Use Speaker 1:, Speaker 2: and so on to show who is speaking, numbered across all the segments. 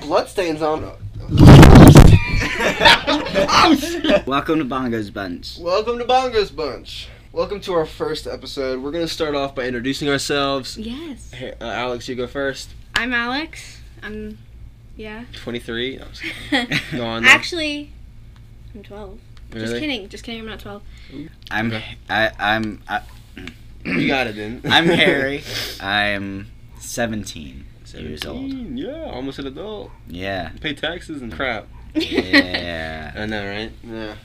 Speaker 1: bloodstains on it.
Speaker 2: Welcome to Bongo's Bunch.
Speaker 1: Welcome to Bongos Bunch. Welcome to our first episode. We're gonna start off by introducing ourselves.
Speaker 3: Yes.
Speaker 1: Hey, uh, Alex, you go first.
Speaker 3: I'm Alex. I'm, yeah.
Speaker 1: 23. No, I'm just kidding. Go on. then.
Speaker 3: Actually, I'm 12. Just
Speaker 1: Really?
Speaker 3: kidding. Just kidding. I'm not 12.
Speaker 2: I'm I, I'm I,
Speaker 1: You got it then.
Speaker 2: I'm Harry. I'm 17 years old.
Speaker 1: 17, Yeah, almost an adult.
Speaker 2: Yeah.
Speaker 1: Pay taxes and crap.
Speaker 2: Yeah.
Speaker 1: I know, right? Yeah.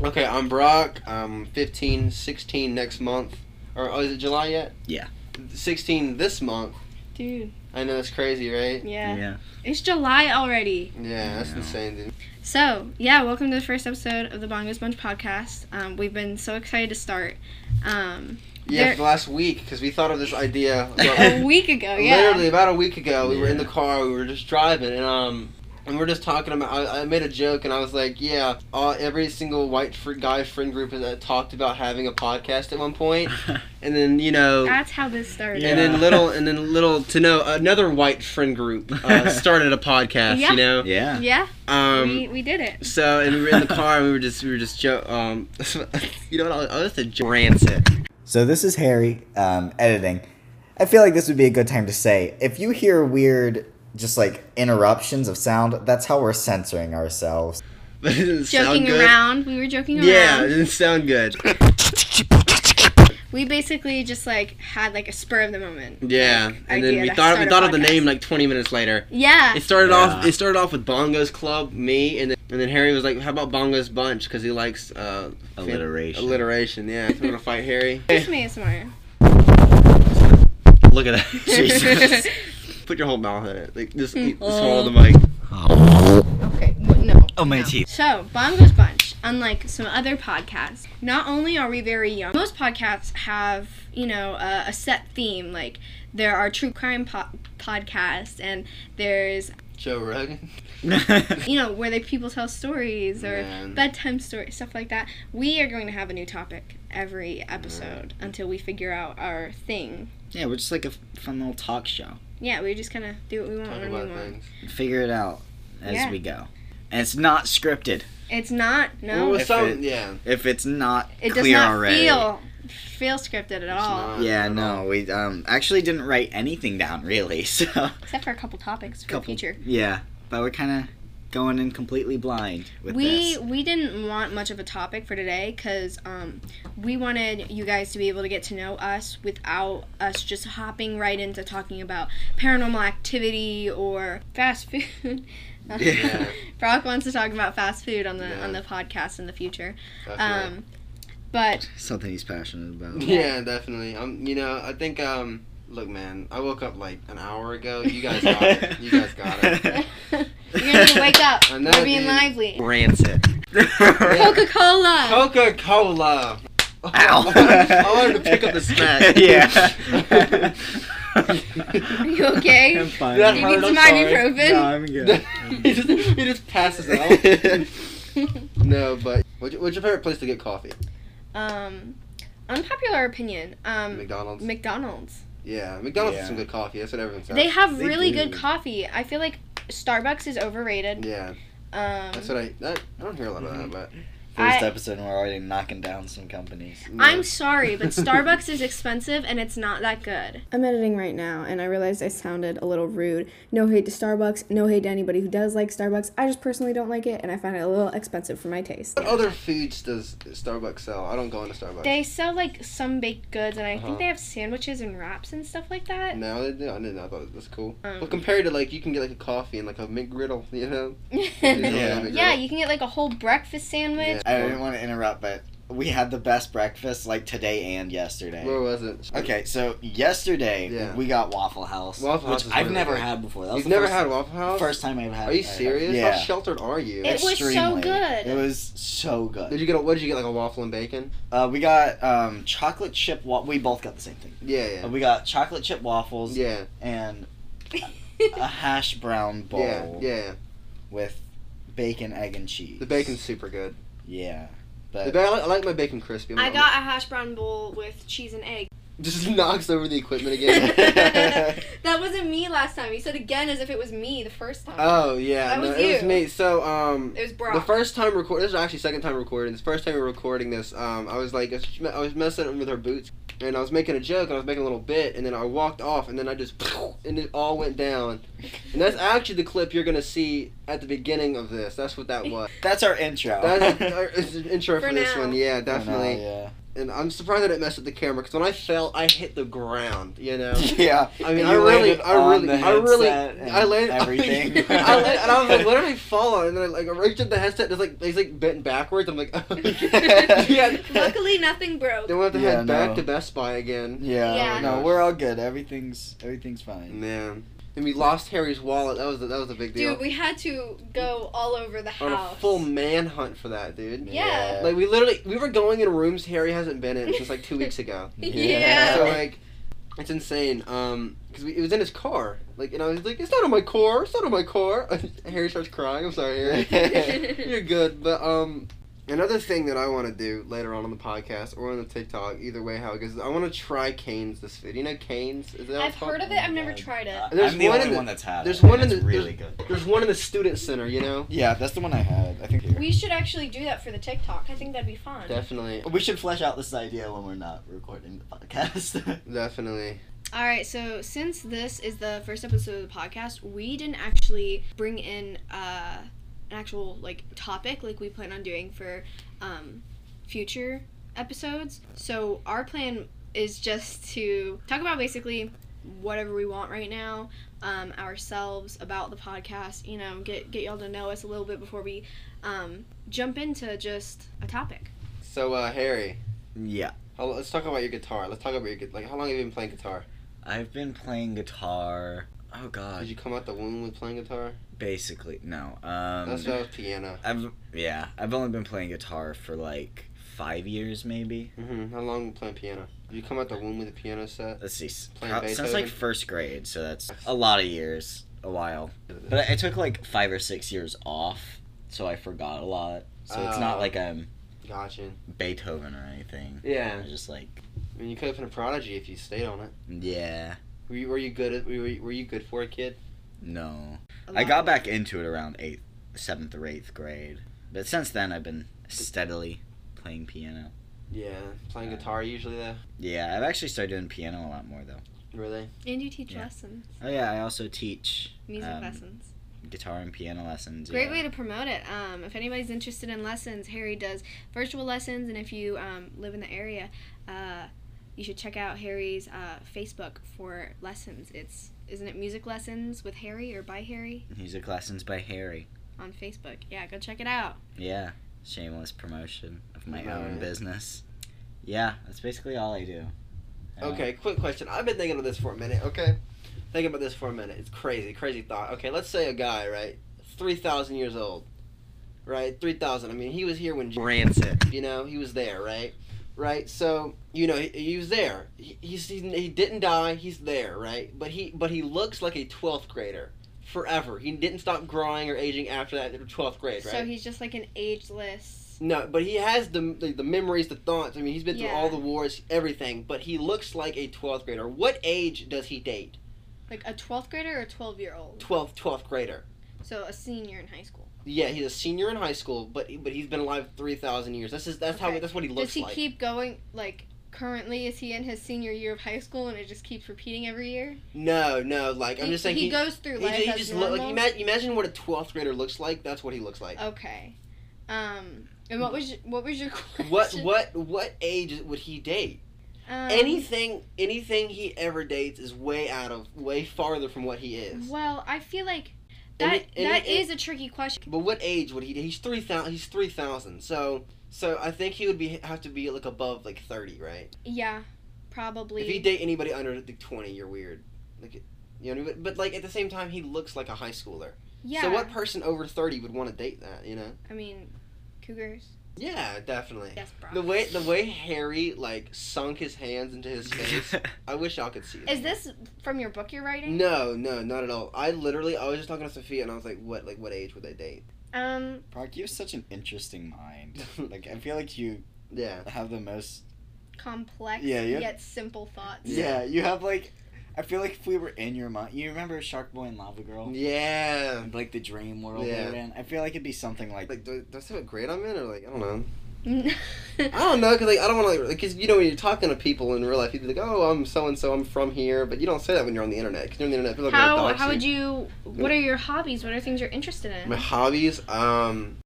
Speaker 1: Okay, I'm Brock. I'm 15, 16 next month. Or oh, is it July yet?
Speaker 2: Yeah.
Speaker 1: 16 this month.
Speaker 3: Dude.
Speaker 1: I know that's crazy, right?
Speaker 3: Yeah.
Speaker 2: Yeah.
Speaker 3: It's July already.
Speaker 1: Yeah, that's
Speaker 2: Yeah.
Speaker 1: insane, dude.
Speaker 3: So yeah, welcome to the first episode of the Bongos Bunch podcast. Um, we've been so excited to start. Um,
Speaker 1: Yeah,
Speaker 3: There-
Speaker 1: for the last week because we thought of this idea.
Speaker 3: a
Speaker 1: about-
Speaker 3: week ago. Yeah.
Speaker 1: Literally about a week ago, we were in
Speaker 2: Yeah.
Speaker 1: the car. We were just driving, and um, and we are just talking about. I, I made a joke, and I was like, "Yeah, all, every single white fr- guy friend group has uh, talked about having a podcast at one point, and then you know,
Speaker 3: That's how this started.
Speaker 1: and
Speaker 2: Yeah.
Speaker 1: then little, and then little to know, another white friend group uh, started a podcast.
Speaker 3: Yeah.
Speaker 1: You know,
Speaker 2: Yeah.
Speaker 3: Yeah.
Speaker 1: um,
Speaker 3: we, we did it.
Speaker 1: so and we were in the car, and we were just we were just jo- um, you know what? I'll, I'll just say rancid.
Speaker 4: So this is Harry um, editing. I feel like this would be a good time to say if you hear weird, just like interruptions of sound, that's how we're censoring ourselves.
Speaker 1: That didn't sound
Speaker 3: Joking
Speaker 1: good.
Speaker 3: around. We were joking
Speaker 1: Yeah, it
Speaker 3: around.
Speaker 1: didn't sound good.
Speaker 3: We basically just like had like a spur of the moment.
Speaker 1: Yeah, and then
Speaker 3: idea
Speaker 1: we
Speaker 3: to
Speaker 1: thought we
Speaker 3: start a
Speaker 1: thought of the
Speaker 3: podcast.
Speaker 1: name like 20 minutes later.
Speaker 3: Yeah.
Speaker 1: It started off.
Speaker 2: Yeah.
Speaker 1: It started off with Bongos Club, me, and then, and then Harry was like, "How about Bongos Bunch?" Because he likes uh, fan-
Speaker 2: Alliteration.
Speaker 1: Alliteration. Yeah, I'm gonna fight Harry.
Speaker 3: It's me ASMR.
Speaker 1: Look at that. Jesus. Put your whole mouth in it. Like just, just swallow the
Speaker 3: Oh.
Speaker 1: mic.
Speaker 3: Okay, w- no.
Speaker 2: Oh, my
Speaker 3: no.
Speaker 2: teeth.
Speaker 3: So, Bongos Bunch, unlike some other podcasts, not only are we very young, most podcasts have, you know, a, a set theme. Like, there are true crime po- podcasts, and there's,
Speaker 1: Joe Rogan.
Speaker 3: you know, where they people tell stories or
Speaker 1: Man.
Speaker 3: bedtime stories, stuff like that. We are going to have a new topic every episode until we figure out our thing.
Speaker 2: yeah, we're just like a f- fun little talk show.
Speaker 3: Yeah, we just kind of do what we want
Speaker 1: Talk
Speaker 3: when we
Speaker 1: about
Speaker 3: want.
Speaker 1: things.
Speaker 2: Figure it out as
Speaker 3: Yeah.
Speaker 2: we go. And it's not scripted.
Speaker 3: It's not,
Speaker 1: Well,
Speaker 3: no,
Speaker 1: with
Speaker 2: If
Speaker 1: Oh, some-
Speaker 2: it-
Speaker 1: yeah.
Speaker 2: If it's not
Speaker 3: it
Speaker 2: clear
Speaker 3: does not
Speaker 2: already.
Speaker 3: feel feel scripted at all.
Speaker 1: not.
Speaker 2: Yeah,
Speaker 1: Not at
Speaker 2: no, we um actually didn't write anything down really. So
Speaker 3: Except for a couple topics for
Speaker 2: Couple.
Speaker 3: future.
Speaker 2: yeah, but we're kind of going in completely blind with
Speaker 3: We
Speaker 2: this.
Speaker 3: we didn't want much of a topic for today because um, we wanted you guys to be able to get to know us without us just hopping right into talking about paranormal activity or fast food.
Speaker 2: Yeah.
Speaker 3: Brock wants to talk about fast food on the
Speaker 1: Yeah.
Speaker 3: on the podcast in the future.
Speaker 1: Definitely.
Speaker 3: Um, but
Speaker 2: Something he's passionate about.
Speaker 1: Yeah, definitely. Um, you know, I think um, look, man, I woke up like an hour ago. You guys got it. You guys got it.
Speaker 3: you're gonna need to wake up.
Speaker 1: I know,
Speaker 3: We're being
Speaker 1: dude.
Speaker 3: lively.
Speaker 1: Rancid.
Speaker 3: Coca Cola.
Speaker 1: Coca Cola. Ow.
Speaker 2: Ow.
Speaker 1: I wanted to pick up the smack.
Speaker 2: yeah.
Speaker 3: Are you okay?
Speaker 2: I'm fine.
Speaker 1: That
Speaker 3: You
Speaker 1: hurt,
Speaker 3: need
Speaker 1: I'm
Speaker 3: some
Speaker 1: sorry.
Speaker 3: ibuprofen.
Speaker 2: No, I'm good.
Speaker 1: he, just, he just passes out. no, but what's your, what's your favorite place to get coffee?
Speaker 3: um, unpopular opinion. Um,
Speaker 1: McDonald's.
Speaker 3: McDonald's.
Speaker 1: yeah, McDonald's
Speaker 2: Yeah.
Speaker 1: has some good coffee. That's what everyone says.
Speaker 3: They have
Speaker 2: They
Speaker 3: really
Speaker 2: do.
Speaker 3: good coffee. I feel like Starbucks is overrated.
Speaker 1: yeah,
Speaker 3: Um,
Speaker 1: that's what I. That, I don't hear a lot of that,
Speaker 3: Mm-hmm.
Speaker 1: but
Speaker 2: First
Speaker 3: I-
Speaker 2: episode, we're already knocking down some companies.
Speaker 3: I'm sorry, but Starbucks is expensive and it's not that good. I'm editing right now and I realized I sounded a little rude. No hate to Starbucks, no hate to anybody who does like Starbucks. I just personally don't like it and I find it a little expensive for my taste.
Speaker 1: What other foods does Starbucks sell? I don't go into Starbucks.
Speaker 3: They sell like some baked goods and I
Speaker 1: Uh-huh.
Speaker 3: think they have sandwiches and wraps and stuff like that.
Speaker 1: no, they do. I didn't. know. I thought it was cool.
Speaker 3: Um.
Speaker 1: but compared to like, you can get like a coffee and like a McGriddle, you know?
Speaker 3: yeah.
Speaker 1: McGriddle.
Speaker 3: you can get like a whole breakfast sandwich.
Speaker 2: I didn't want to interrupt, but we had the best breakfast like today and yesterday.
Speaker 1: Where was it?
Speaker 2: Oh, Okay, so yesterday
Speaker 1: Yeah.
Speaker 2: we got Waffle House,
Speaker 1: Waffle
Speaker 2: which
Speaker 1: House is
Speaker 2: I've
Speaker 1: really
Speaker 2: never
Speaker 1: good.
Speaker 2: had before. That was
Speaker 1: You've
Speaker 2: the
Speaker 1: never
Speaker 2: first,
Speaker 1: had Waffle House?
Speaker 2: First time I've had.
Speaker 1: Are you
Speaker 2: it.
Speaker 1: serious? How
Speaker 2: Yeah.
Speaker 1: sheltered are you?
Speaker 3: It was so
Speaker 2: Extremely.
Speaker 3: good.
Speaker 2: It was so good.
Speaker 1: Did you get a, what did you get like a waffle and bacon?
Speaker 2: Uh, we got um, chocolate chip. Wa- we both got the same thing.
Speaker 1: Yeah, yeah.
Speaker 2: Uh, we got chocolate chip waffles
Speaker 1: yeah,
Speaker 2: and a hash brown bowl
Speaker 1: yeah, yeah.
Speaker 2: with bacon, egg, and cheese.
Speaker 1: The bacon's super good.
Speaker 2: Yeah,
Speaker 1: The
Speaker 2: but
Speaker 1: ba- I, like, I like my bacon crispy. I'm
Speaker 3: I
Speaker 1: not-
Speaker 3: got a hash brown bowl with cheese and egg.
Speaker 1: Just knocks over the equipment again.
Speaker 3: that wasn't me last time. You said again as if it was me the first time.
Speaker 1: oh yeah,
Speaker 3: That
Speaker 1: no,
Speaker 3: was
Speaker 1: it was
Speaker 3: you.
Speaker 1: me. So um,
Speaker 3: it was Brock.
Speaker 1: The first time record, this is actually second time recording. This first time we were recording this, um, I was like, I was messing with her boots, and I was making a joke, and I was making a little bit, and then I walked off, and then I just, and it all went down, and that's actually the clip you're gonna see at the beginning of this. That's what that was.
Speaker 2: That's our intro.
Speaker 1: That's our it's an intro for,
Speaker 3: For
Speaker 1: this
Speaker 3: now.
Speaker 1: one, yeah,
Speaker 2: For now,
Speaker 1: definitely. And I'm surprised I didn't mess with the camera because when I fell, I hit the ground. You know.
Speaker 2: yeah. yeah.
Speaker 1: I mean,
Speaker 2: And
Speaker 1: I
Speaker 2: you
Speaker 1: really,
Speaker 2: landed
Speaker 1: I
Speaker 2: on
Speaker 1: really,
Speaker 2: the
Speaker 1: I really,
Speaker 2: headset and
Speaker 1: I landed
Speaker 2: everything.
Speaker 1: I landed, and I was like, what did I fall on? And then I like I reached at the headset, just like he's like bent backwards. I'm like, oh, yeah.
Speaker 3: Luckily, nothing broke.
Speaker 1: Then we have to
Speaker 2: Yeah,
Speaker 1: head back
Speaker 2: no.
Speaker 1: to Best Buy again.
Speaker 2: Yeah.
Speaker 3: Yeah.
Speaker 2: No, we're all good. Everything's everything's fine.
Speaker 1: Man, and we lost Harry's wallet. That was that was a big deal.
Speaker 3: Dude, we had to go all over the
Speaker 1: on
Speaker 3: house.
Speaker 1: a full manhunt for that, dude.
Speaker 3: Yeah.
Speaker 1: Like we literally, we were going in rooms Harry hasn't been in since like two weeks ago.
Speaker 3: Yeah.
Speaker 1: So like, it's insane. Um, because it was in his car. Like, and I was like, it's not on my car. It's not on my car. Harry starts crying. I'm sorry, Harry. You're good, but um, another thing that I want to do later on on the podcast or on the TikTok, either way how it goes, is I want to try canes this fit. You know canes? Is that what
Speaker 3: I've
Speaker 1: it's called?
Speaker 3: heard of it. I've never tried it.
Speaker 4: Uh,
Speaker 1: There's
Speaker 4: I'm the
Speaker 1: one
Speaker 4: only
Speaker 1: in the-
Speaker 4: one that's had.
Speaker 1: there's
Speaker 4: it, and
Speaker 1: one in
Speaker 4: it's
Speaker 1: the-
Speaker 4: really good.
Speaker 1: There's one in the student center. You know,
Speaker 2: Yeah, that's the one I had. I think.
Speaker 3: We should actually do that for the TikTok. I think that'd be fun.
Speaker 1: definitely,
Speaker 2: We should flesh out this idea when we're not recording the podcast.
Speaker 1: definitely.
Speaker 3: All right, so since this is the first episode of the podcast, we didn't actually bring in uh, an actual like topic like we plan on doing for um, future episodes. So our plan is just to talk about basically whatever we want right now, um, ourselves about the podcast. You know, get get y'all to know us a little bit before we um, jump into just a topic.
Speaker 1: So uh, Harry,
Speaker 4: Yeah,
Speaker 1: how, let's talk about your guitar. Let's talk about your gu- like how long have you been playing guitar?
Speaker 4: I've been playing guitar. Oh
Speaker 2: Uh,
Speaker 4: God,
Speaker 1: Did you come out the womb with playing guitar?
Speaker 4: basically no. Um,
Speaker 1: That's not piano.
Speaker 4: I've yeah, I've only been playing guitar for like five years, maybe.
Speaker 1: hmm How long playing piano? Did you come out the womb with a piano set?
Speaker 4: Let's see, s-
Speaker 1: Playing
Speaker 4: prob- since like
Speaker 1: Beethoven?
Speaker 4: first grade, so that's a lot of years, a while. But I, I took like five or six years off, so I forgot a lot. So it's not
Speaker 1: Oh.
Speaker 4: like I'm
Speaker 1: Gotcha.
Speaker 4: Beethoven or anything.
Speaker 1: Yeah.
Speaker 4: I'm just like
Speaker 1: I mean, you could have been a prodigy if you stayed on it.
Speaker 4: yeah,
Speaker 1: Were you, were you good? At, were, you, were you good for a kid?
Speaker 4: no.
Speaker 3: A
Speaker 4: I
Speaker 3: lot
Speaker 4: got
Speaker 3: of-
Speaker 4: back into it around eighth, seventh or eighth grade, but since then I've been steadily playing piano.
Speaker 1: Yeah, playing guitar usually though.
Speaker 4: Yeah, I've actually started doing piano a lot more though.
Speaker 1: Really?
Speaker 3: and you teach
Speaker 4: Yeah.
Speaker 3: lessons,
Speaker 4: Oh yeah, I also teach
Speaker 3: music
Speaker 4: um,
Speaker 3: lessons.
Speaker 4: guitar and piano lessons.
Speaker 3: Great
Speaker 4: yeah.
Speaker 3: way to promote it. Um, if anybody's interested in lessons, Harry does virtual lessons, and if you um, live in the area, uh, you should check out Harry's uh, Facebook for lessons. It's isn't it music lessons with Harry or by Harry
Speaker 4: Music lessons by Harry.
Speaker 3: on Facebook? Yeah, go check it out.
Speaker 4: Yeah, shameless promotion of my own
Speaker 1: Right.
Speaker 4: business. Yeah, that's basically all I do. Uh,
Speaker 1: Okay, quick question. I've been thinking of this for a minute, okay? Thinking about this for a minute. It's crazy, crazy thought. Okay, let's say a guy, right? 3,000 years old, right? 3,000. I mean, he was here when Rancid, you know? He was there, right? Right? So, you know, he, he was there. He, he's, he, he didn't die. He's there, right? But he but he looks like a 12th grader forever. He didn't stop growing or aging after that 12th grade, right?
Speaker 3: So he's just like an ageless.
Speaker 1: No, but he has the, the the memories, the thoughts. I mean, he's been through
Speaker 3: Yeah.
Speaker 1: all the wars, everything. But he looks like a twelfth grader. What age does he date?
Speaker 3: Like a 12th grader or a 12 year old?
Speaker 1: 12th, 12th grader.
Speaker 3: So a senior in high school.
Speaker 1: Yeah, he's a senior in high school, but but he's been alive three thousand years. This is that's how
Speaker 3: Okay.
Speaker 1: that's what he looks
Speaker 3: Does he
Speaker 1: like.
Speaker 3: keep going? Like currently, is he in his senior year of high school and it just keeps repeating every year?
Speaker 1: no, no, like I'm
Speaker 3: he,
Speaker 1: just saying
Speaker 3: he,
Speaker 1: he.
Speaker 3: goes through
Speaker 1: he,
Speaker 3: life
Speaker 1: he
Speaker 3: as
Speaker 1: just
Speaker 3: normal. Oh,
Speaker 1: look, like, ima- imagine what a 12th grader looks like that's what he looks like
Speaker 3: Okay. Um. And what was your, what was your question?
Speaker 1: what what what age would he date
Speaker 3: Um,
Speaker 1: anything anything he ever dates is way out of way farther from what he is
Speaker 3: Well, I feel like
Speaker 1: And
Speaker 3: that
Speaker 1: it-
Speaker 3: that is
Speaker 1: and it-
Speaker 3: a tricky question.
Speaker 1: But what age would he? He's three thousand. He's three thousand. So, so I think he would be have to be like above like thirty, right?
Speaker 3: Yeah, probably.
Speaker 1: If you date anybody under like twenty, you're weird. Like, you know. what I mean? But, but like at the same time, he looks like a high schooler.
Speaker 3: yeah.
Speaker 1: So what person over thirty would want to date that? You know.
Speaker 3: I mean, cougars.
Speaker 1: Yeah, definitely.
Speaker 3: Yes, bro.
Speaker 1: The way the way Harry like sunk his hands into his face, I wish y'all could see.
Speaker 3: is this from your book you're writing?
Speaker 1: No, no, not at all. I literally, I was just talking to Sophia, and I was like, "What, like, what age would they date?"
Speaker 3: Um.
Speaker 2: Brock, you have such an interesting mind. Like I feel like you
Speaker 1: yeah,
Speaker 2: have the most
Speaker 3: complex
Speaker 2: Yeah, yeah.
Speaker 3: yet simple thoughts.
Speaker 2: Yeah, you have like, I feel like if we were in your mind, you remember Shark Boy and Lava Girl,
Speaker 1: Yeah.
Speaker 2: like the dream world
Speaker 1: Yeah.
Speaker 2: they were in. I feel like it'd be something like,
Speaker 1: Like, do, does it look great I'm in, or like, I don't know. I
Speaker 3: I
Speaker 1: don't know, cause like I don't want to, like, cause you know when you're talking to people in real life, you'd be like, oh, I'm so and so, I'm from here, but you don't say that when you're on the internet, cause you're on the internet, people are gonna
Speaker 3: How
Speaker 1: dox
Speaker 3: how would you? What are your hobbies? What are things you're interested
Speaker 1: My
Speaker 3: in?
Speaker 1: hobbies, um,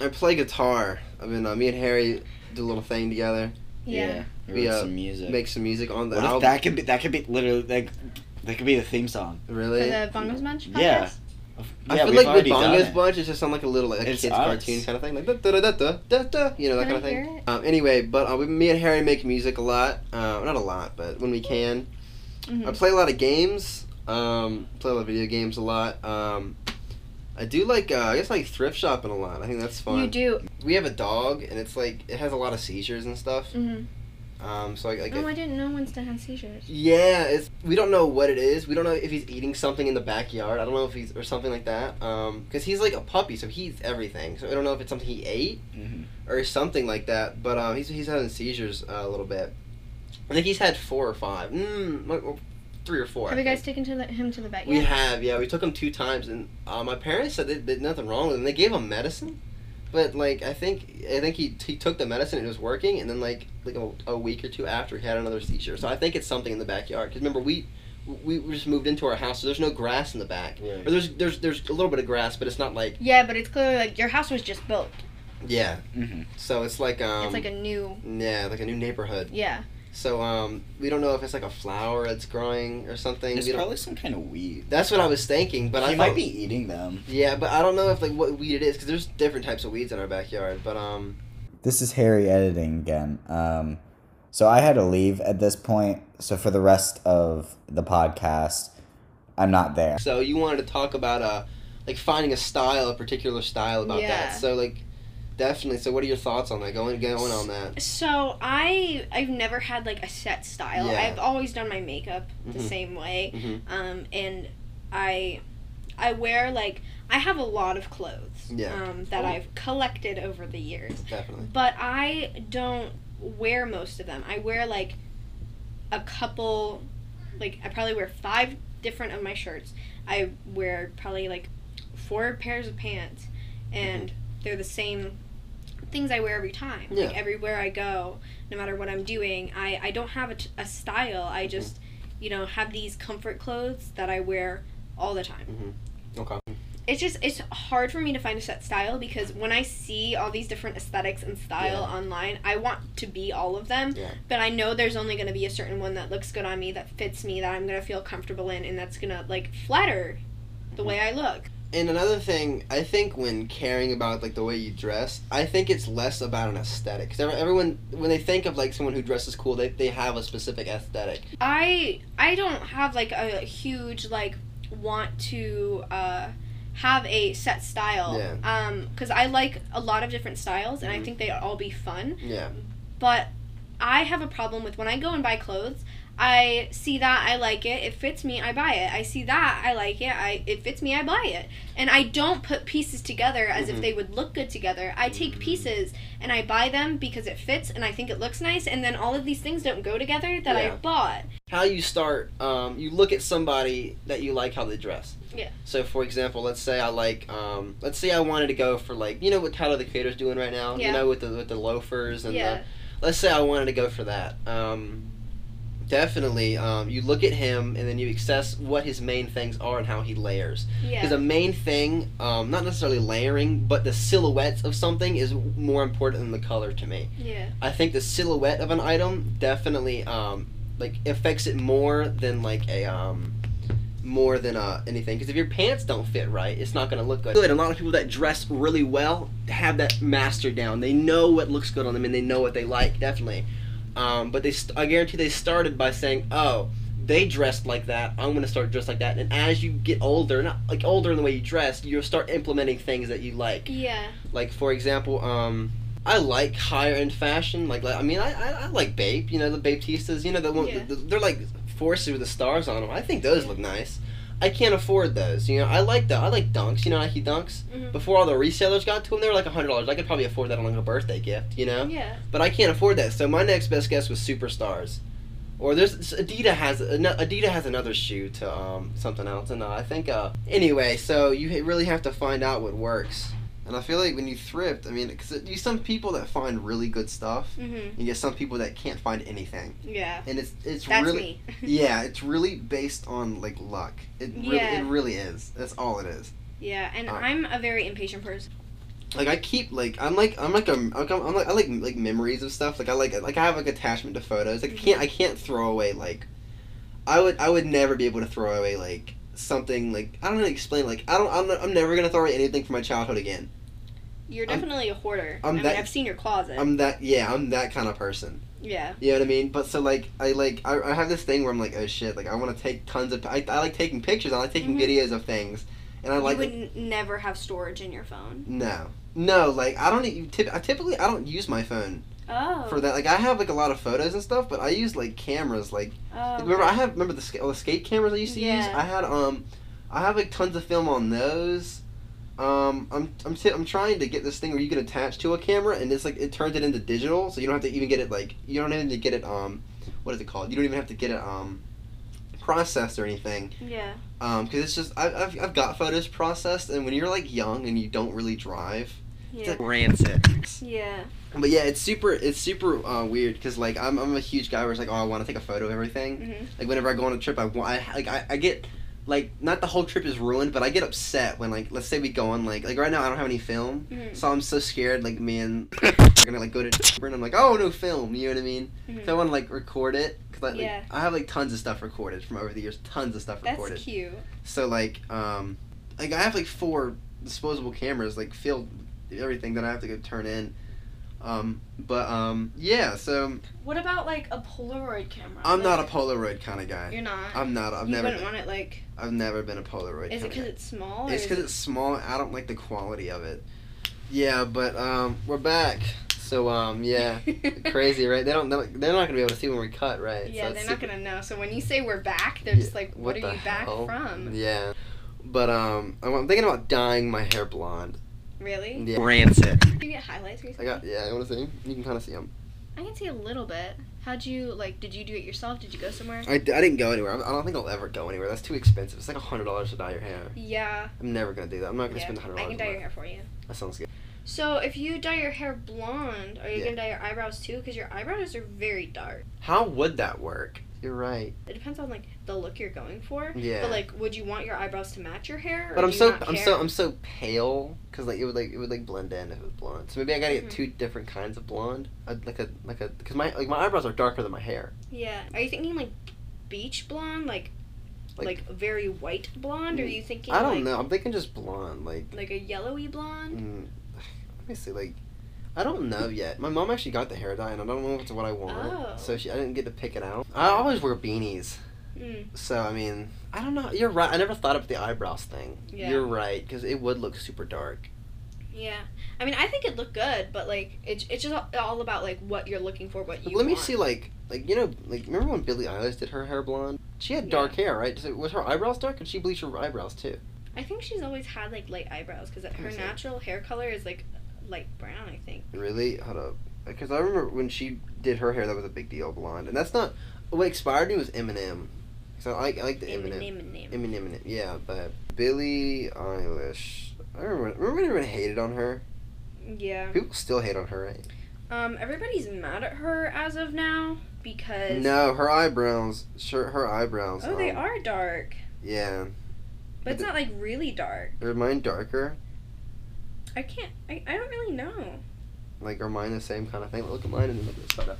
Speaker 1: I play guitar. I mean, uh, me and Harry do a little thing together,
Speaker 3: Yeah.
Speaker 2: we
Speaker 1: We,
Speaker 2: wrote
Speaker 1: uh,
Speaker 2: some music.
Speaker 1: make some music on the
Speaker 2: what if
Speaker 1: album.
Speaker 2: that could be that could be literally like that could be the theme song.
Speaker 1: Really,
Speaker 3: For the Bongos Munch podcast.
Speaker 2: Yeah.
Speaker 1: I
Speaker 2: Yeah,
Speaker 1: feel
Speaker 2: we've
Speaker 1: like with
Speaker 2: already done
Speaker 1: Bongo's
Speaker 2: it.
Speaker 1: Bunch, it's just sound like a little like a
Speaker 2: It's
Speaker 1: kids
Speaker 2: us.
Speaker 1: cartoon kind of thing, like da da da da da da, you know that
Speaker 3: Can
Speaker 1: kind of
Speaker 3: I hear
Speaker 1: thing. Um, anyway, but uh, we, me and Harry make music a lot, uh, not a lot, but when we can. I
Speaker 3: Mhm.
Speaker 1: play a lot of games. Um, play a lot of video games a lot. Um, I do like uh, I guess like thrift shopping a lot. I think that's fun.
Speaker 3: You do.
Speaker 1: We have a dog, and it's like it has a lot of seizures and stuff.
Speaker 3: hmm
Speaker 1: Um, so like, like
Speaker 3: Oh,
Speaker 1: it-
Speaker 3: I didn't know Winston had seizures.
Speaker 1: yeah, it's we don't know what it is. We don't know if he's eating something in the backyard. I don't know if he's or something like that. Um, because he's like a puppy, so he eats everything. So I don't know if it's something he ate
Speaker 2: Mhm.
Speaker 1: or something like that. But um, he's he's having seizures uh, a little bit. I think he's had four or five. Mm, like, well, three or four.
Speaker 3: Have
Speaker 1: I
Speaker 3: you guys
Speaker 1: think.
Speaker 3: taken to the, him to the vet
Speaker 1: We
Speaker 3: yet?
Speaker 1: have, yeah. We took him two times, and uh, my parents said that there's nothing wrong with him. They gave him medicine, but like I think I think he, he took the medicine and it was working, and then like like a, a week or two after he had another seizure. So I think it's something in the backyard. Cause remember we we we just moved into our house, so there's no grass in the back.
Speaker 2: Right.
Speaker 1: Or there's there's there's a little bit of grass, but it's not like
Speaker 3: Yeah, but it's clearly like your house was just built.
Speaker 1: yeah.
Speaker 2: Mhm.
Speaker 1: So it's like um
Speaker 3: it's like a new.
Speaker 1: yeah like a new neighborhood.
Speaker 3: Yeah.
Speaker 1: So um we don't know if it's like a flower that's growing or something.
Speaker 2: It's
Speaker 1: we don't-
Speaker 2: probably some kind of weed.
Speaker 1: that's what I was thinking, but
Speaker 2: But he
Speaker 1: I
Speaker 2: might
Speaker 1: thought-
Speaker 2: be eating them.
Speaker 1: Yeah, but I don't know if like what weed it is because there's different types of weeds in our backyard. But um,
Speaker 4: This is Harry editing again. Um, so I had to leave at this point. So for the rest of the podcast, I'm not there.
Speaker 1: so you wanted to talk about uh, like finding a style, a particular style about
Speaker 3: Yeah.
Speaker 1: that. So like, definitely. So what are your thoughts on that? Going going on that.
Speaker 3: So I I've never had like a set style.
Speaker 1: Yeah.
Speaker 3: I've always done my makeup the
Speaker 1: Mhm.
Speaker 3: same way.
Speaker 1: Mhm.
Speaker 3: Um, and I I wear like I have a lot of clothes.
Speaker 1: Yeah.
Speaker 3: Um, that
Speaker 1: Oh.
Speaker 3: I've collected over the years.
Speaker 1: Definitely.
Speaker 3: But I don't wear most of them. I wear like a couple, like I probably wear five different of my shirts. I wear probably like four pairs of pants, and they're the same things I wear every time.
Speaker 1: Yeah.
Speaker 3: Like everywhere I go, no matter what I'm doing, I I don't have a, t- a style. I just you know have these comfort clothes that I wear all the time
Speaker 1: Okay.
Speaker 3: it's just it's hard for me to find a set style because when I see all these different aesthetics and style
Speaker 1: Yeah.
Speaker 3: online, I want to be all of them.
Speaker 1: Yeah.
Speaker 3: But I know there's only going to be a certain one that looks good on me, that fits me, that I'm going to feel comfortable in, and that's going to like flatter the way I look.
Speaker 1: And another thing, I think when caring about like the way you dress, I think it's less about an aesthetic. 'Cause every- everyone when they think of like someone who dresses cool, they they have a specific aesthetic.
Speaker 3: I I don't have like a huge like want to uh, have a set style.
Speaker 1: Yeah.
Speaker 3: Um, because I like a lot of different styles, and I
Speaker 1: Mhm.
Speaker 3: think they all be fun.
Speaker 1: Yeah.
Speaker 3: but I have a problem with when I go and buy clothes. I see that I like it, it fits me, I buy it. I see that I like it, I it fits me, I buy it. And I don't put pieces together as
Speaker 1: Mhm.
Speaker 3: if they would look good together. I take
Speaker 1: Mm.
Speaker 3: pieces and I buy them because it fits and I think it looks nice and then all of these things don't go together that
Speaker 1: Yeah.
Speaker 3: I bought.
Speaker 1: how you start um, you look at somebody that you like how they dress
Speaker 3: Yeah.
Speaker 1: so for example let's say i like um, let's say i wanted to go for like you know what kind of the creators doing right now
Speaker 3: Yeah.
Speaker 1: you know with the with the loafers and
Speaker 3: yeah.
Speaker 1: the, let's say i wanted to go for that um, definitely um, you look at him and then you assess what his main things are and how he layers because
Speaker 3: yeah.
Speaker 1: the main thing um, not necessarily layering but the silhouettes of something is more important than the color to me
Speaker 3: yeah.
Speaker 1: I think the silhouette of an item definitely um like affects it more than like a um more than uh anything because if your pants don't fit right it's not gonna look good. And a lot of people that dress really well have that mastered down. They know what looks good on them and they know what they like definitely. Um, but they st- I guarantee they started by saying oh they dressed like that I'm gonna start dress like that and as you get older not like older in the way you dress you'll start implementing things that you like
Speaker 3: Yeah.
Speaker 1: like for example um i like higher end fashion like, like i mean I, I i like bape you know the bapetistas you know the one
Speaker 3: Yeah.
Speaker 1: the, they're like forces with the stars on them i think those look nice I can't afford those. You know, I like the I like Dunks. You know, Nike Dunks.
Speaker 3: Mhm.
Speaker 1: Before all the resellers got to them, they were like hundred dollars. I could probably afford that on like a birthday gift. You know,
Speaker 3: Yeah.
Speaker 1: but I can't afford that. So my next best guess was Superstars, or there's Adidas has ano- Adidas has another shoe to um something else, and uh, I think uh anyway. So you really have to find out what works. And I feel like when you thrift, I mean, because you some people that find really good stuff,
Speaker 3: Mhm.
Speaker 1: and you get some people that can't find anything,
Speaker 3: Yeah.
Speaker 1: and it's it's
Speaker 3: That's
Speaker 1: really
Speaker 3: me.
Speaker 1: yeah, it's really based on like luck. It really,
Speaker 3: Yeah.
Speaker 1: it really is. That's all it is.
Speaker 3: Yeah, and
Speaker 1: Alright.
Speaker 3: I'm a very impatient person.
Speaker 1: Like I keep like I'm like I'm like a like, I'm, I'm like I like like memories of stuff. Like I like like I have like attachment to photos. Like I can't I can't throw away like I would I would never be able to throw away like something like I don't know how to explain like I don't I'm, not, I'm never gonna throw away anything from my childhood again.
Speaker 3: You're
Speaker 1: I'm-
Speaker 3: definitely a hoarder. i
Speaker 1: I'm
Speaker 3: mean,
Speaker 1: that-
Speaker 3: I've seen your closet.
Speaker 1: I'm that yeah I'm that kind of person.
Speaker 3: yeah.
Speaker 1: You know what I mean? But so like I like I, I have this thing where I'm like oh shit like I want to take tons of I, I like taking pictures I like taking
Speaker 3: Mhm.
Speaker 1: videos of things and I like
Speaker 3: you would n- never have storage in your phone.
Speaker 1: No, no. Like I don't. e- Typ- I typically I don't use my phone
Speaker 3: Oh.
Speaker 1: for that. Like I have like a lot of photos and stuff, but I use like cameras. Like
Speaker 3: Oh.
Speaker 1: remember I have remember the, sca- all the skate cameras I used to use.
Speaker 3: Yeah.
Speaker 1: I had um, I have like tons of film on those. Um, I'm I'm t- I'm trying to get this thing where you can attach to a camera and it's like it turns it into digital, so you don't have to even get it like you don't even have to get it um, what is it called? You don't even have to get it um, processed or anything
Speaker 3: Yeah.
Speaker 1: um because it's just I, I've, I've got photos processed and when you're like young and you don't really drive it's
Speaker 3: Yeah.
Speaker 1: like rancid
Speaker 3: Yeah.
Speaker 1: but yeah it's super it's super uh, weird because like I'm, I'm a huge guy where it's like oh i want to take a photo of everything
Speaker 3: hmm
Speaker 1: like whenever i go on a trip i want I, like I, I get like not the whole trip is ruined but i get upset when like let's say we go on like like right now i don't have any film
Speaker 3: Mhm.
Speaker 1: so i'm so scared like me and we're gonna like go to and i'm like oh no film you know what i mean so i
Speaker 3: Mhm.
Speaker 1: want to like record it because like,
Speaker 3: Yeah.
Speaker 1: i have like tons of stuff recorded from over the years tons of stuff
Speaker 3: That's
Speaker 1: recorded
Speaker 3: cute.
Speaker 1: so like, um, like I have like four disposable cameras, like filled with everything that I have to go turn in. Um, but um, yeah. So
Speaker 5: What about like a Polaroid camera?
Speaker 1: I'm not a
Speaker 5: Like,
Speaker 1: Polaroid kind of guy.
Speaker 3: You're not.
Speaker 1: I'm not. I've
Speaker 3: you
Speaker 1: never.
Speaker 3: wouldn't
Speaker 1: Been,
Speaker 3: want it like.
Speaker 1: I've never been a Polaroid.
Speaker 3: Is
Speaker 1: kinda
Speaker 3: it because
Speaker 1: guy.
Speaker 3: it's small? Or
Speaker 1: It's
Speaker 3: is
Speaker 1: because
Speaker 3: it-
Speaker 1: it's small. I don't like the quality of it. Yeah, but um, we're back. So um, yeah. Crazy, right? They don't. They're not gonna be able to see when we cut, right?
Speaker 3: yeah,
Speaker 1: So
Speaker 3: they're
Speaker 1: it's
Speaker 3: not gonna know. So when you say we're back, they're
Speaker 1: Yeah,
Speaker 3: just like,
Speaker 1: what
Speaker 3: "What,
Speaker 1: the
Speaker 3: are you back
Speaker 1: hell?"
Speaker 3: from?"
Speaker 1: Yeah. But um, I'm I'm thinking about dyeing my hair blonde.
Speaker 3: Really?
Speaker 1: Yeah. Rancid.
Speaker 3: Did you get highlights or
Speaker 1: I
Speaker 3: something?
Speaker 1: got. Yeah, I want to see. 'em. You can kind of see them.
Speaker 3: I can see a little bit. How'd you like? Did you do it yourself? Did you go somewhere?
Speaker 1: I, d- I didn't go anywhere. I I don't think I'll ever go anywhere. That's too expensive. It's like hundred dollars to dye your hair.
Speaker 3: Yeah.
Speaker 1: I'm never gonna do that. I'm not gonna
Speaker 3: yeah.
Speaker 1: spend hundred
Speaker 3: I can dye your
Speaker 1: dollars.
Speaker 3: hair for you.
Speaker 1: That sounds good.
Speaker 3: So if you dye your hair blonde, are you
Speaker 1: Yeah.
Speaker 3: gonna dye your eyebrows too? Because your eyebrows are very dark.
Speaker 1: How would that work? You're right.
Speaker 3: It depends on like the look you're going for.
Speaker 1: Yeah.
Speaker 3: But like, would you want your eyebrows to match your hair? or
Speaker 1: But I'm
Speaker 3: do you
Speaker 1: so
Speaker 3: not
Speaker 1: I'm
Speaker 3: care?
Speaker 1: so I'm so pale because like it would like it would like blend in if it was blonde. So maybe I gotta
Speaker 3: Mhm.
Speaker 1: get two different kinds of blonde. i like a like a because my like my eyebrows are darker than my hair.
Speaker 3: Yeah. Are you thinking like beach blonde, like
Speaker 1: Like-
Speaker 3: like, very white blonde? Or are
Speaker 1: Mm,
Speaker 3: you thinking?
Speaker 1: I don't
Speaker 3: like,
Speaker 1: know. I'm thinking just blonde. Like
Speaker 3: Like a yellowy blonde.
Speaker 1: mm, let me see. Like I don't know yet. My mom actually got the hair dye and I don't know if it's what I want.
Speaker 3: Oh.
Speaker 1: So she I didn't get to pick it out. I always wear beanies.
Speaker 3: Mm.
Speaker 1: So I mean, I don't know. You're right. I never thought of the eyebrows thing.
Speaker 3: Yeah.
Speaker 1: You're right because it would look super dark.
Speaker 3: Hmm, Yeah. I mean, I think it looked good, but like, it's it's just all- all about like what you're looking for, what
Speaker 1: Like,
Speaker 3: you.
Speaker 1: let me
Speaker 3: want.
Speaker 1: see, like, like you know, like remember when Billie Eilish did her hair blonde? She had dark hair, right? So was her eyebrows dark, and she bleached her eyebrows too?
Speaker 3: I think she's always had like light eyebrows because
Speaker 1: me
Speaker 3: her
Speaker 1: see.
Speaker 3: natural hair color is like light brown. I think.
Speaker 1: Really? Hold up, because I remember when she did her hair, that was a big deal, blonde. And that's not what inspired me was Eminem. So I, like- I like the
Speaker 3: Name,
Speaker 1: Eminem.
Speaker 3: name, name.
Speaker 1: Eminem, Eminem, yeah. But Billie Eilish, I remember. Remember everyone hated on her.
Speaker 3: Yeah.
Speaker 1: People still hate on her, right?
Speaker 3: Um, everybody's mad at her as of now because.
Speaker 1: No, her eyebrows. Sure, her eyebrows.
Speaker 3: Oh, they
Speaker 1: um,
Speaker 3: are dark,
Speaker 1: Yeah,
Speaker 3: but it's
Speaker 1: the-
Speaker 3: not like really dark.
Speaker 1: are mine darker?
Speaker 3: I can't. I, I don't really know.
Speaker 1: Like, are mine the same kind of thing? Look at mine and then look at this photo.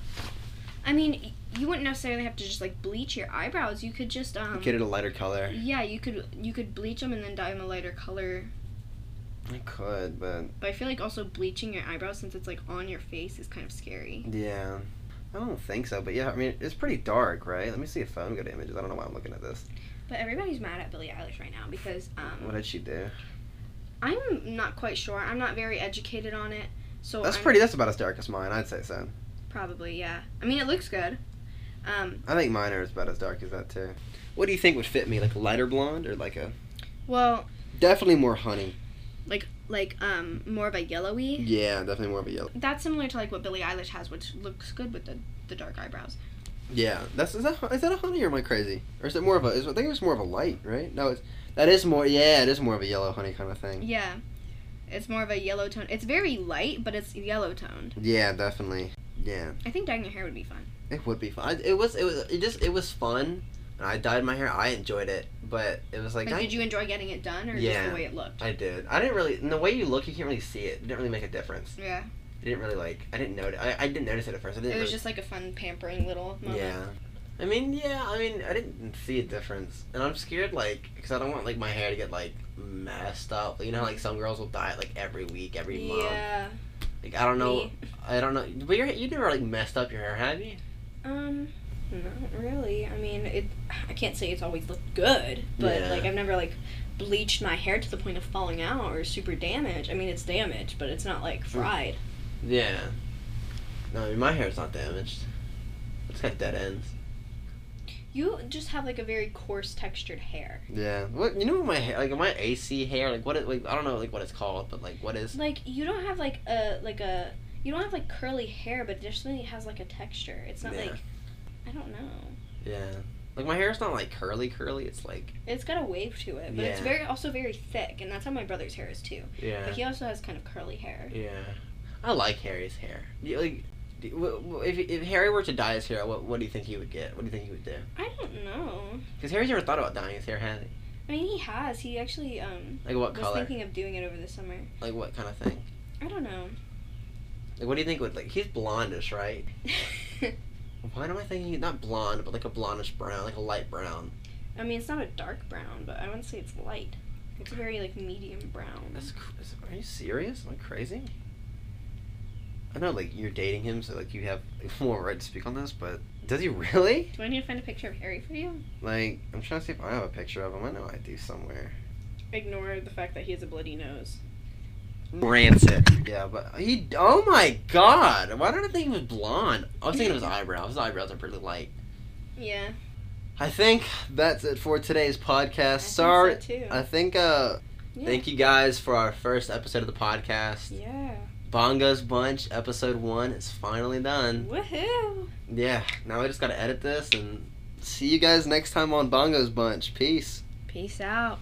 Speaker 3: I mean, y- you wouldn't necessarily have to just like bleach your eyebrows. You could just um.
Speaker 1: Get it a lighter color.
Speaker 3: Yeah, you could you could bleach them and then dye them a lighter color.
Speaker 1: I could, but
Speaker 3: But I feel like also bleaching your eyebrows since it's like on your face is kind of scary.
Speaker 1: yeah, I don't think so. But yeah, I mean, it's pretty dark, right? Let me see a phone. Go to images. I don't know why I'm looking at this.
Speaker 3: But everybody's mad at Billie Eilish right now because um
Speaker 1: What did she do?
Speaker 3: I'm not quite sure. I'm not very educated on it. So
Speaker 1: That's
Speaker 3: I'm-
Speaker 1: pretty. That's about as dark as mine. I'd say so.
Speaker 3: Probably, yeah. I mean, it looks good. Um,
Speaker 1: I think mine are about as dark as that too. What do you think would fit me? Like a lighter blonde or like a
Speaker 3: well,
Speaker 1: definitely more honey?
Speaker 3: like like um more of a yellowy.
Speaker 1: Yeah, definitely more of a yellow.
Speaker 5: That's similar to like what Billie Eilish has, which looks good with the, the dark eyebrows.
Speaker 1: Yeah, that's is that is that a honey or am I crazy? Or is it more of a? Is, I think it's more of a light, right? No, it's that is more. Yeah, it is more of a yellow honey kind of thing.
Speaker 3: Yeah, it's more of a yellow tone. It's very light, but it's yellow toned.
Speaker 1: Yeah, definitely. Yeah,
Speaker 3: I think dyeing your hair would be fun.
Speaker 1: it would be fun. I, it was. It was. It just. It was fun. And I dyed my hair. I enjoyed it, but it was like.
Speaker 3: Like,
Speaker 1: I-
Speaker 3: did you enjoy getting it done, or just
Speaker 1: Yeah.
Speaker 3: the way it looked?
Speaker 1: I did. I didn't really. In the way you look, you can't really see it. It didn't really make a difference.
Speaker 3: Yeah,
Speaker 1: I didn't really like. I didn't notice. I, I didn't notice it at first. I didn't.
Speaker 3: it was
Speaker 1: really-
Speaker 3: just like a fun pampering little moment.
Speaker 1: Yeah. I mean, yeah. I mean, I didn't see a difference, and I'm scared, like, because I don't want like my hair to get like messed up. You know, like some girls will dye it like every week, every month.
Speaker 3: Yeah.
Speaker 1: Like I don't know.
Speaker 3: Me.
Speaker 1: I don't know. But you're, you never like messed up your hair, have you?
Speaker 3: Um, not really. I mean, it. I can't say it's always looked good, but
Speaker 1: Yeah.
Speaker 3: like I've never like bleached my hair to the point of falling out or super damaged. I mean, it's damaged, but it's not like
Speaker 1: Mm.
Speaker 3: fried.
Speaker 1: Yeah. No, I mean, my hair's not damaged. It's got dead ends.
Speaker 3: You just have like a very coarse textured hair.
Speaker 1: Yeah. What you know what my hair like my AC hair like what it like I don't know like what it's called but like what is
Speaker 3: Like you don't have like a like a you don't have like curly hair, but it just really has like a texture. It's not
Speaker 1: Yeah.
Speaker 3: like I don't know.
Speaker 1: yeah like my hair's not like curly curly it's like
Speaker 3: It's got a wave to it, but it's
Speaker 1: Yeah.
Speaker 3: very also very thick, and that's how my brother's hair is too.
Speaker 1: yeah
Speaker 3: But he also has kind of curly hair.
Speaker 1: Yeah, I like Harry's hair. You, like, do- wh- wh- if, if Harry were to dye his hair, what, what do you think he would get? What do you think he would do?
Speaker 3: I don't know.
Speaker 1: Because Harry's never thought about dyeing his hair, has he?
Speaker 3: I mean, he has. He actually um
Speaker 1: Like what
Speaker 3: was
Speaker 1: color?
Speaker 3: thinking of doing it over the summer.
Speaker 1: Like what kind of thing?
Speaker 3: I don't know.
Speaker 1: Like what do you think would like? He's blondish, right? Why am I thinking not blonde, but like a blondish brown, like a light brown?
Speaker 3: I mean, it's not a dark brown, but I wouldn't say it's light. It's very like medium brown.
Speaker 1: That's cr- is, are you serious? Am I crazy? I know, like you're dating him, so like you have more right to speak on this, but does he really?
Speaker 3: Do I need to find a picture of Harry for you?
Speaker 1: Like, I'm trying to see if I have a picture of him. I know I do somewhere.
Speaker 3: Ignore the fact that he has a bloody nose.
Speaker 1: Rancid. Yeah, but he. Oh my god! Why did I think he was blonde? I was thinking of his eyebrows. His eyebrows are pretty light.
Speaker 3: Yeah.
Speaker 1: I think that's it for today's podcast.
Speaker 3: I think so,
Speaker 1: Sorry.
Speaker 3: too.
Speaker 1: I think. Uh,
Speaker 3: Yeah.
Speaker 1: Thank you guys for our first episode of the podcast.
Speaker 3: Yeah.
Speaker 1: Bongo's Bunch episode one is finally done.
Speaker 3: Woohoo!
Speaker 1: Yeah. Now I just gotta edit this and see you guys next time on Bongo's Bunch. Peace.
Speaker 3: Peace out.